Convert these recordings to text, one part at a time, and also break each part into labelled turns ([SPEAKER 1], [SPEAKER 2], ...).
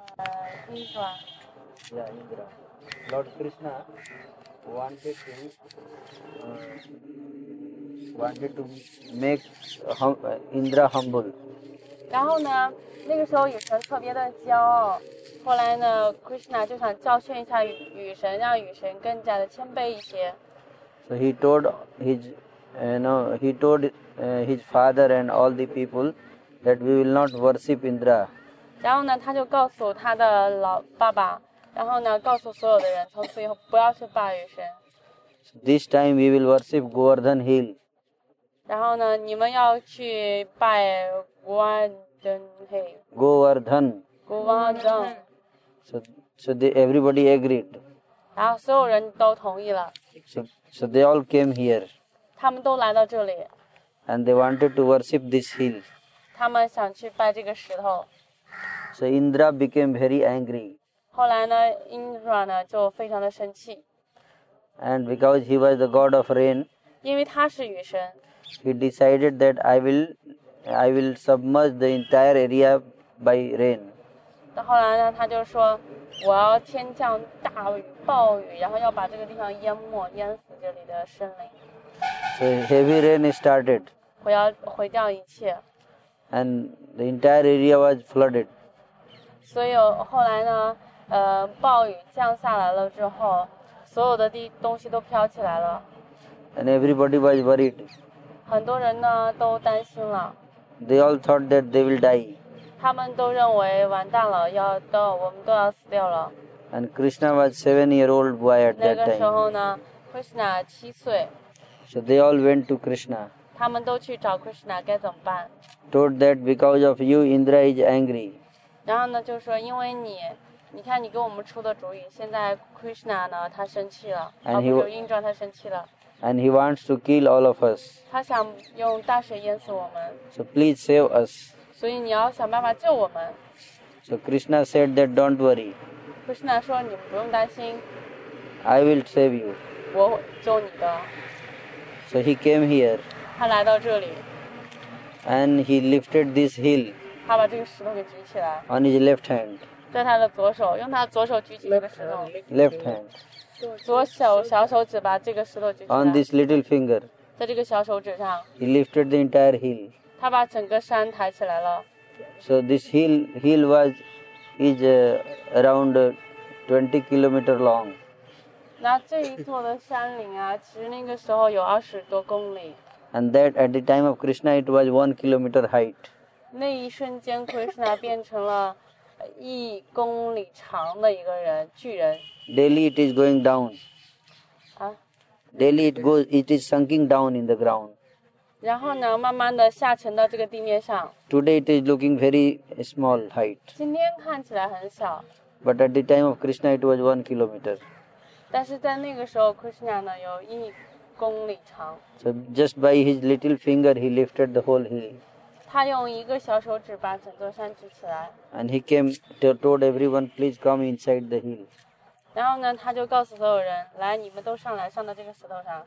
[SPEAKER 1] 呃 Indra.
[SPEAKER 2] Yeah, Indra. Lord Krishna wanted to uh, wanted to make hum, uh, Indra humble.
[SPEAKER 1] 然后呢，那个时候雨神特别的骄傲。后来呢，Krishna 就想教训一下雨雨神，让雨神更加的谦卑一些。
[SPEAKER 2] So he told his you know he told uh, his father and all the people that we will not worship Indra.
[SPEAKER 1] 然后呢，他就告诉他的老爸爸，然后呢，告诉所有的人，从此以后不要去拜雨神。
[SPEAKER 2] This time we will worship Govardhan Hill.
[SPEAKER 1] 然后呢，你们要去拜国安灯黑
[SPEAKER 2] Govardhan.
[SPEAKER 1] 国安灯，
[SPEAKER 2] So so they, everybody agreed.
[SPEAKER 1] 然后所有人都同意了，
[SPEAKER 2] So so they all came here
[SPEAKER 1] 他们都来到这里，
[SPEAKER 2] and they wanted to worship this hill.
[SPEAKER 1] 他们想去拜这个石头。
[SPEAKER 2] So Indra became very angry.
[SPEAKER 1] 后来呢，Indra 呢就非常的生气，
[SPEAKER 2] and because he was the god of rain
[SPEAKER 1] 因为他是雨神，
[SPEAKER 2] he decided that i will i will submerge the entire area by rain
[SPEAKER 1] 那后来呢，他就说我要天降大雨暴雨，然后要把这个地方淹没，淹死这里的森林，
[SPEAKER 2] so heavy rain started
[SPEAKER 1] 我要毁掉一切。
[SPEAKER 2] and the entire area was flooded
[SPEAKER 1] 所以后来呢，呃，暴雨降下来了之后，所有的地东西都飘起来了，
[SPEAKER 2] and everybody was worried
[SPEAKER 1] 很多人呢都担心了，
[SPEAKER 2] they all thought that they will die
[SPEAKER 1] 他们都认为完蛋了，要都我们都要死掉了。
[SPEAKER 2] and krishna was 7 year old boy at
[SPEAKER 1] 那
[SPEAKER 2] that
[SPEAKER 1] 个时
[SPEAKER 2] time
[SPEAKER 1] 候呢，Krishna 七岁，
[SPEAKER 2] so they all went to krishna
[SPEAKER 1] 他们都去找 Krishna 该怎么办。
[SPEAKER 2] told that because of you indra is angry
[SPEAKER 1] 然后呢，就说因为你，你看你给我们出的主意，现在 Krishna 呢他生气了，
[SPEAKER 2] And
[SPEAKER 1] 啊
[SPEAKER 2] he
[SPEAKER 1] 不
[SPEAKER 2] wa-
[SPEAKER 1] 是印转他生气了，
[SPEAKER 2] and he wants to kill all of us
[SPEAKER 1] 他想用大水淹死我们，
[SPEAKER 2] so please save us
[SPEAKER 1] 所以你要想办法救我们。
[SPEAKER 2] so krishna said that don't worry
[SPEAKER 1] 克什娜说：“你们不用担心，
[SPEAKER 2] I will save you.
[SPEAKER 1] 我会救你的。
[SPEAKER 2] So he came here ”
[SPEAKER 1] 他来到这里，
[SPEAKER 2] and he lifted this hill
[SPEAKER 1] 他把这个石头给举起来，
[SPEAKER 2] on his left hand.
[SPEAKER 1] 在他的左手，用他的左手举起这个石头，
[SPEAKER 2] Left hand.
[SPEAKER 1] 左手小手指把这个石头举起
[SPEAKER 2] On
[SPEAKER 1] 来，
[SPEAKER 2] this little finger,
[SPEAKER 1] 在这个小手指上，
[SPEAKER 2] he lifted the entire hill.
[SPEAKER 1] 他把整个山抬起来了。
[SPEAKER 2] So this hill hill was is uh, around uh, 20 kilometer long
[SPEAKER 1] 那这一座的山岭啊，其实那个时候有二十多公里。
[SPEAKER 2] and that at the time of Krishna it was 1 kilometer height.
[SPEAKER 1] 那一瞬间，克什娜变成了呃一公里长的一个人，巨人
[SPEAKER 2] Daily it is going down.
[SPEAKER 1] 啊。
[SPEAKER 2] Daily it goes it is sunking down in the ground.
[SPEAKER 1] 然后呢，慢慢的下沉到这个地面上。
[SPEAKER 2] Today it is looking very small height,
[SPEAKER 1] 今天看起来很小，
[SPEAKER 2] but at the time of Krishna it was 1 kilometer.
[SPEAKER 1] 但是在那个时候，Krishna 呢有一公里长，
[SPEAKER 2] So just by his little finger he lifted the whole hill,
[SPEAKER 1] 他用一个小手指把整座山举起来，
[SPEAKER 2] and he came to, told everyone, "Please come inside the hill."
[SPEAKER 1] 然后呢，他就告诉所有人，来，你们都上来，上到这个石头上，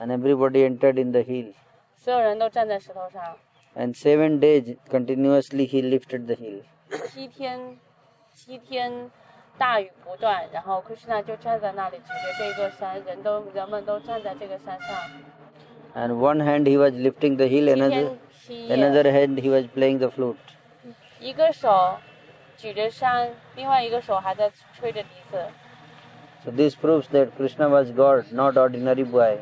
[SPEAKER 2] And everybody entered in the hill,
[SPEAKER 1] 所有人都站在石头上，
[SPEAKER 2] and seven days continuously he lifted the hill.
[SPEAKER 1] 七天，七天大雨不断，然后 Krishna 就站在那里举着这座山，人都人们都站在这个山上，
[SPEAKER 2] And one hand he was lifting the hill,
[SPEAKER 1] 七天
[SPEAKER 2] another
[SPEAKER 1] 七夜，
[SPEAKER 2] another hand he was playing the flute.
[SPEAKER 1] 一个手举着山，另外一个手还在吹着笛子。
[SPEAKER 2] So this proves that Krishna was God, not ordinary boy.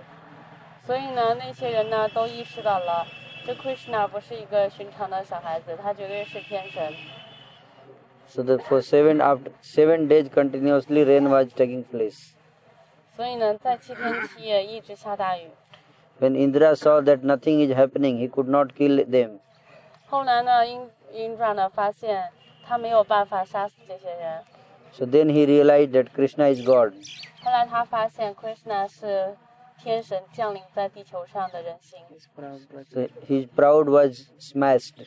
[SPEAKER 1] 所以呢，那些人呢都意识到了，这 Krishna 不是一个寻常的小孩子，他绝对是天神。
[SPEAKER 2] So that for seven after seven days continuously rain was taking place.
[SPEAKER 1] 所以呢，在七天七夜一直下大雨。
[SPEAKER 2] When Indra saw that nothing is happening, he could not kill them.
[SPEAKER 1] 后来呢，英英转呢发现他没有办法杀死这些人。
[SPEAKER 2] So then he realized that Krishna is God.
[SPEAKER 1] 后来他发现 Krishna 是天神降临在地球上的人形。
[SPEAKER 2] So his pride was smashed.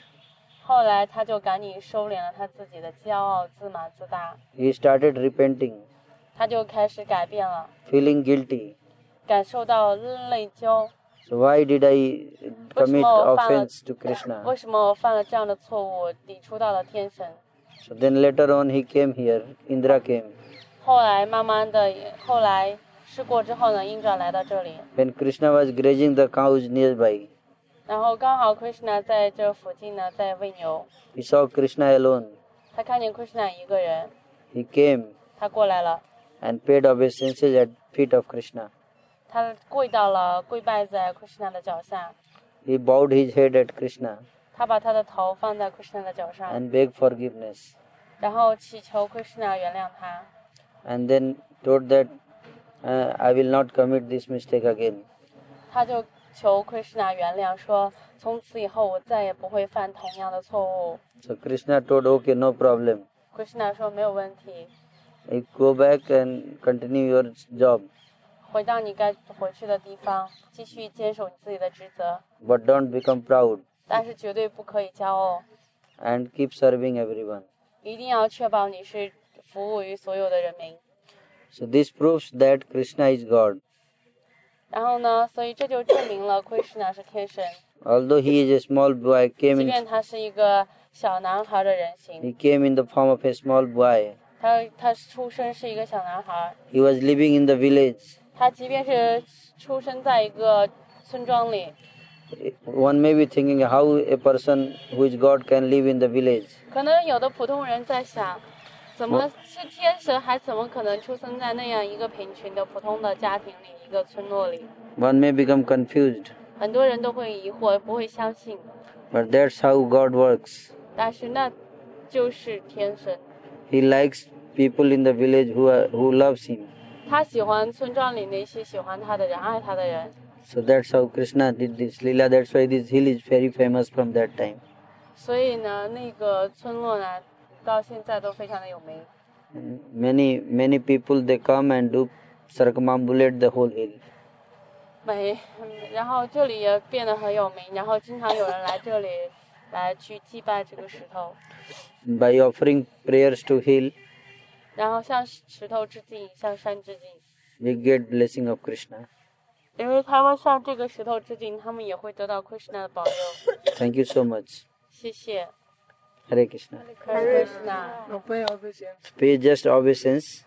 [SPEAKER 1] 后来他就赶紧收敛了他自己的骄傲、自满、自大，
[SPEAKER 2] He started repenting,
[SPEAKER 1] 他就开始改变了，
[SPEAKER 2] feeling guilty.
[SPEAKER 1] 感受到内疚。
[SPEAKER 2] So why did I
[SPEAKER 1] Which
[SPEAKER 2] commit
[SPEAKER 1] more
[SPEAKER 2] offense to
[SPEAKER 1] 为
[SPEAKER 2] Krishna?
[SPEAKER 1] 什么我犯了这样的错误，抵触到了天神？
[SPEAKER 2] So then later on he came here. Indra came.
[SPEAKER 1] 后来慢慢的，后来试过之后呢，印转来到这里，
[SPEAKER 2] When Krishna was grazing the cows nearby,
[SPEAKER 1] 然后刚好 Krishna 在这附近呢，在喂牛，
[SPEAKER 2] he saw Krishna alone.
[SPEAKER 1] 他看见 Krishna 一个人，
[SPEAKER 2] He came
[SPEAKER 1] 他过来了，
[SPEAKER 2] and paid obeisances at feet of Krishna.
[SPEAKER 1] 他跪到了，跪拜在 Krishna 的脚下，
[SPEAKER 2] He bowed his head at Krishna
[SPEAKER 1] 他把他的头放在 Krishna 的脚上，
[SPEAKER 2] and begged forgiveness,
[SPEAKER 1] 然后祈求 Krishna 原谅他，
[SPEAKER 2] and then told that uh, I will not commit this mistake again.
[SPEAKER 1] 他就求 Krishna 原谅，说从此以后我再也不会犯同样的错误。
[SPEAKER 2] So Krishna told, okay, no problem.
[SPEAKER 1] Krishna 说没有问题，
[SPEAKER 2] You go back and continue your job,
[SPEAKER 1] 回到你该回去的地方，继续坚守你自己的职责，
[SPEAKER 2] but don't become proud
[SPEAKER 1] 但是绝对不可以骄傲，
[SPEAKER 2] and keep serving everyone.
[SPEAKER 1] 一定要确保你是服务于所有的人民。
[SPEAKER 2] So this proves that Krishna is God.
[SPEAKER 1] 然后呢，所以这就证明了 Krishna 是天神，
[SPEAKER 2] Although he is a small boy,
[SPEAKER 1] 即
[SPEAKER 2] came in,
[SPEAKER 1] 便他是一个小男孩的人形，
[SPEAKER 2] he came in the form of a small boy.
[SPEAKER 1] 他他出生是一个小男孩，
[SPEAKER 2] He was living in the village.
[SPEAKER 1] 他即便是出生在一个村庄里，
[SPEAKER 2] One may be thinking how a person who is God can live in the village.
[SPEAKER 1] 可能有的普通人在想，怎么是天神，还怎么可能出生在那样一个贫穷的普通的家庭里，一个村落里？
[SPEAKER 2] One may become confused,
[SPEAKER 1] 很多人都会疑惑，不会相信。
[SPEAKER 2] but that's how God works.
[SPEAKER 1] 但是那就是天神，
[SPEAKER 2] He likes people in the village who are, who loves him.
[SPEAKER 1] 他喜欢村庄里那些喜欢他的人、爱他的人。
[SPEAKER 2] So that's how Krishna did this lila. That's why this hill is very famous from that time.
[SPEAKER 1] 所以呢，那个村落呢，到现在都非常的有名。
[SPEAKER 2] And many many people they come and do circumambulate the whole hill.
[SPEAKER 1] 美，嗯然后这里也变得很有名，然后经常有人来这里来去祭拜这个石头，
[SPEAKER 2] By offering prayers to hill,
[SPEAKER 1] 然后向石头致敬，向山致敬。
[SPEAKER 2] we get blessing of Krishna.
[SPEAKER 1] 因为他们向这个石头致敬，他们也会得到 Krishna 的保佑。
[SPEAKER 2] Thank you so much.
[SPEAKER 1] 谢谢
[SPEAKER 2] Hare Krishna.
[SPEAKER 1] Krishna。
[SPEAKER 2] Pay just obeisance.